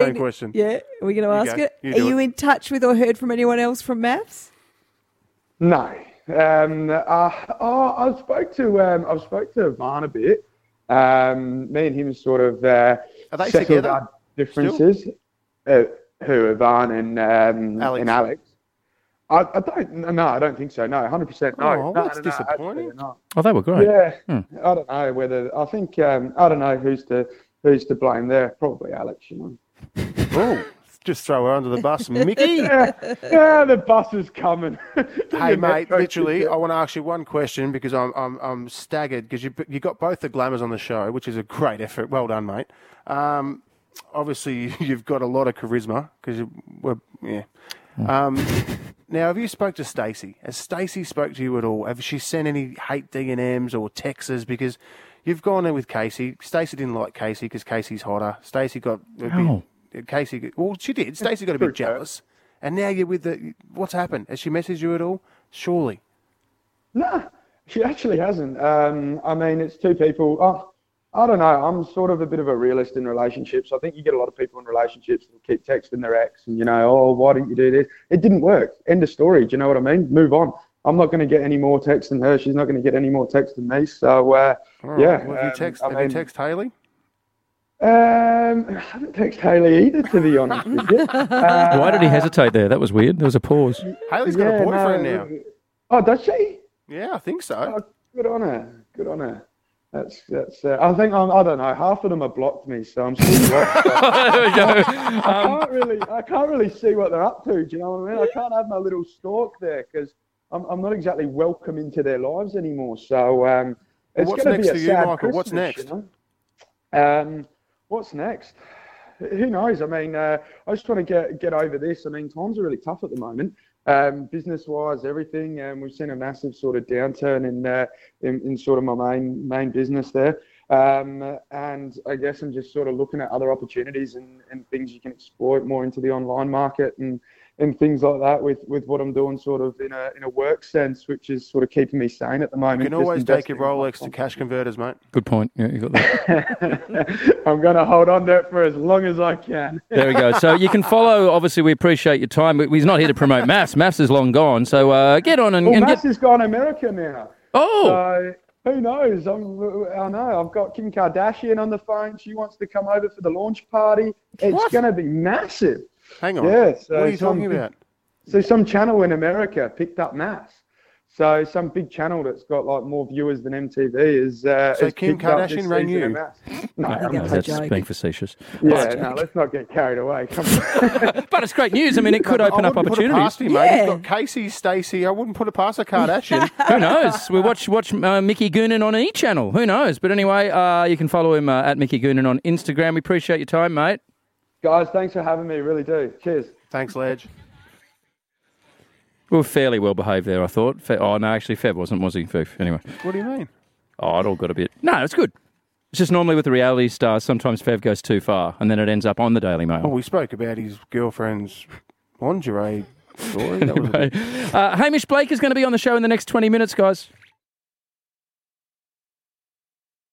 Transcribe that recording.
Same question. Yeah, are we going to ask go. it? You are do you it. in touch with or heard from anyone else from maths? No. Um, uh, oh, I spoke to um, I spoke to Van a bit. Um, me and him sort of uh, Are they settled together our differences. Uh, who Ivan and um, Alex. and Alex? I, I don't no, I don't think so. No, hundred percent. No, Oh, no, that's no, no, absolutely disappointing. not. Oh, they were great. Yeah, Hmm. I don't know whether I think um, I don't know who's to who's to blame there. Probably Alex, you know. Oh, just throw her under the bus, Mickey. yeah, yeah, the bus is coming. Hey mate, literally, I want to ask you one question because I'm I'm, I'm staggered because you you got both the glamours on the show, which is a great effort. Well done, mate. Um, obviously you've got a lot of charisma because you were yeah. Um, now, have you spoke to Stacey? Has Stacey spoke to you at all? Have she sent any hate D and M's or texts? Because you've gone in with Casey. Stacey didn't like Casey because Casey's hotter. Stacey got a How? bit, Casey. Well, she did. Stacey got a bit jealous, and now you're with the. What's happened? Has she messaged you at all? Surely. No, she actually hasn't. Um, I mean, it's two people. Oh, I don't know. I'm sort of a bit of a realist in relationships. I think you get a lot of people in relationships that keep texting their ex and, you know, oh, why didn't you do this? It didn't work. End of story. Do you know what I mean? Move on. I'm not going to get any more texts than her. She's not going to get any more texts than me. So, uh, All yeah. right, well, have you um, text? I have mean, you text Haley? Um, I haven't texted Haley either, to be honest with you. Uh, Why did he hesitate there? That was weird. There was a pause. Haley's got yeah, a boyfriend no. now. Oh, does she? Yeah, I think so. Oh, good on her. Good on her. That's that's. Uh, I think I'm. I don't know. Half of them have blocked me, so I'm still blocked. There we go. I Um, can't really. I can't really see what they're up to. Do you know what I mean? I can't have my little stalk there because I'm. I'm not exactly welcome into their lives anymore. So um, it's what's going to next be a for you, sad Michael? What's Christmas, next? you know? Um, what's next? Who knows? I mean, uh, I just want to get get over this. I mean, times are really tough at the moment, um, business wise, everything, and we've seen a massive sort of downturn in uh, in, in sort of my main main business there. Um, and I guess I'm just sort of looking at other opportunities and, and things you can exploit more into the online market and and things like that with, with what I'm doing sort of in a in a work sense, which is sort of keeping me sane at the moment. you can just always take investing your in Rolex to myself. cash converters, mate. Good point. Yeah, you got that. I'm going to hold on to it for as long as I can. There we go. So you can follow. Obviously, we appreciate your time. but He's not here to promote maths. Maths is long gone. So uh, get on and, Well, and Mass get. has gone America now. Oh, So who knows? I'm, I know. I've got Kim Kardashian on the phone. She wants to come over for the launch party. It's What? going to be massive. Hang on. Yeah, so what are you some- talking about? So some channel in America picked up Mass. So some big channel that's got like more viewers than MTV is. Uh, So has Kim picked up this Kardashian rang season you? of Mass. No, think that was I'm- a Oh, that's joke. being facetious. yeah, no, let's not get carried away. Come on. But it's great news. I mean, it could open I up wouldn't Put it opportunities. past you, mate. Yeah. You've got Casey, Stacey. I wouldn't put it past a Kardashian. Who knows? We watch watch uh, Mickey Goonan on E Channel. Who knows? But anyway, uh, you can follow him uh, at Mickey Goonan on Instagram. We appreciate your time, mate. Guys, thanks for having me. Really do. Cheers. Thanks, Ledge. We were fairly well behaved there, I thought. Fe- oh, no, actually, Feb wasn't, was he? Feb. Anyway. What do you mean? Oh, it all got a bit. No, it's good. It's just normally with the reality stars, sometimes Fev goes too far and then it ends up on the Daily Mail. Well, we spoke about his girlfriend's lingerie story. That was a bit- Oh, uh, Hamish Blake is going to be on the show in the next 20 minutes, guys.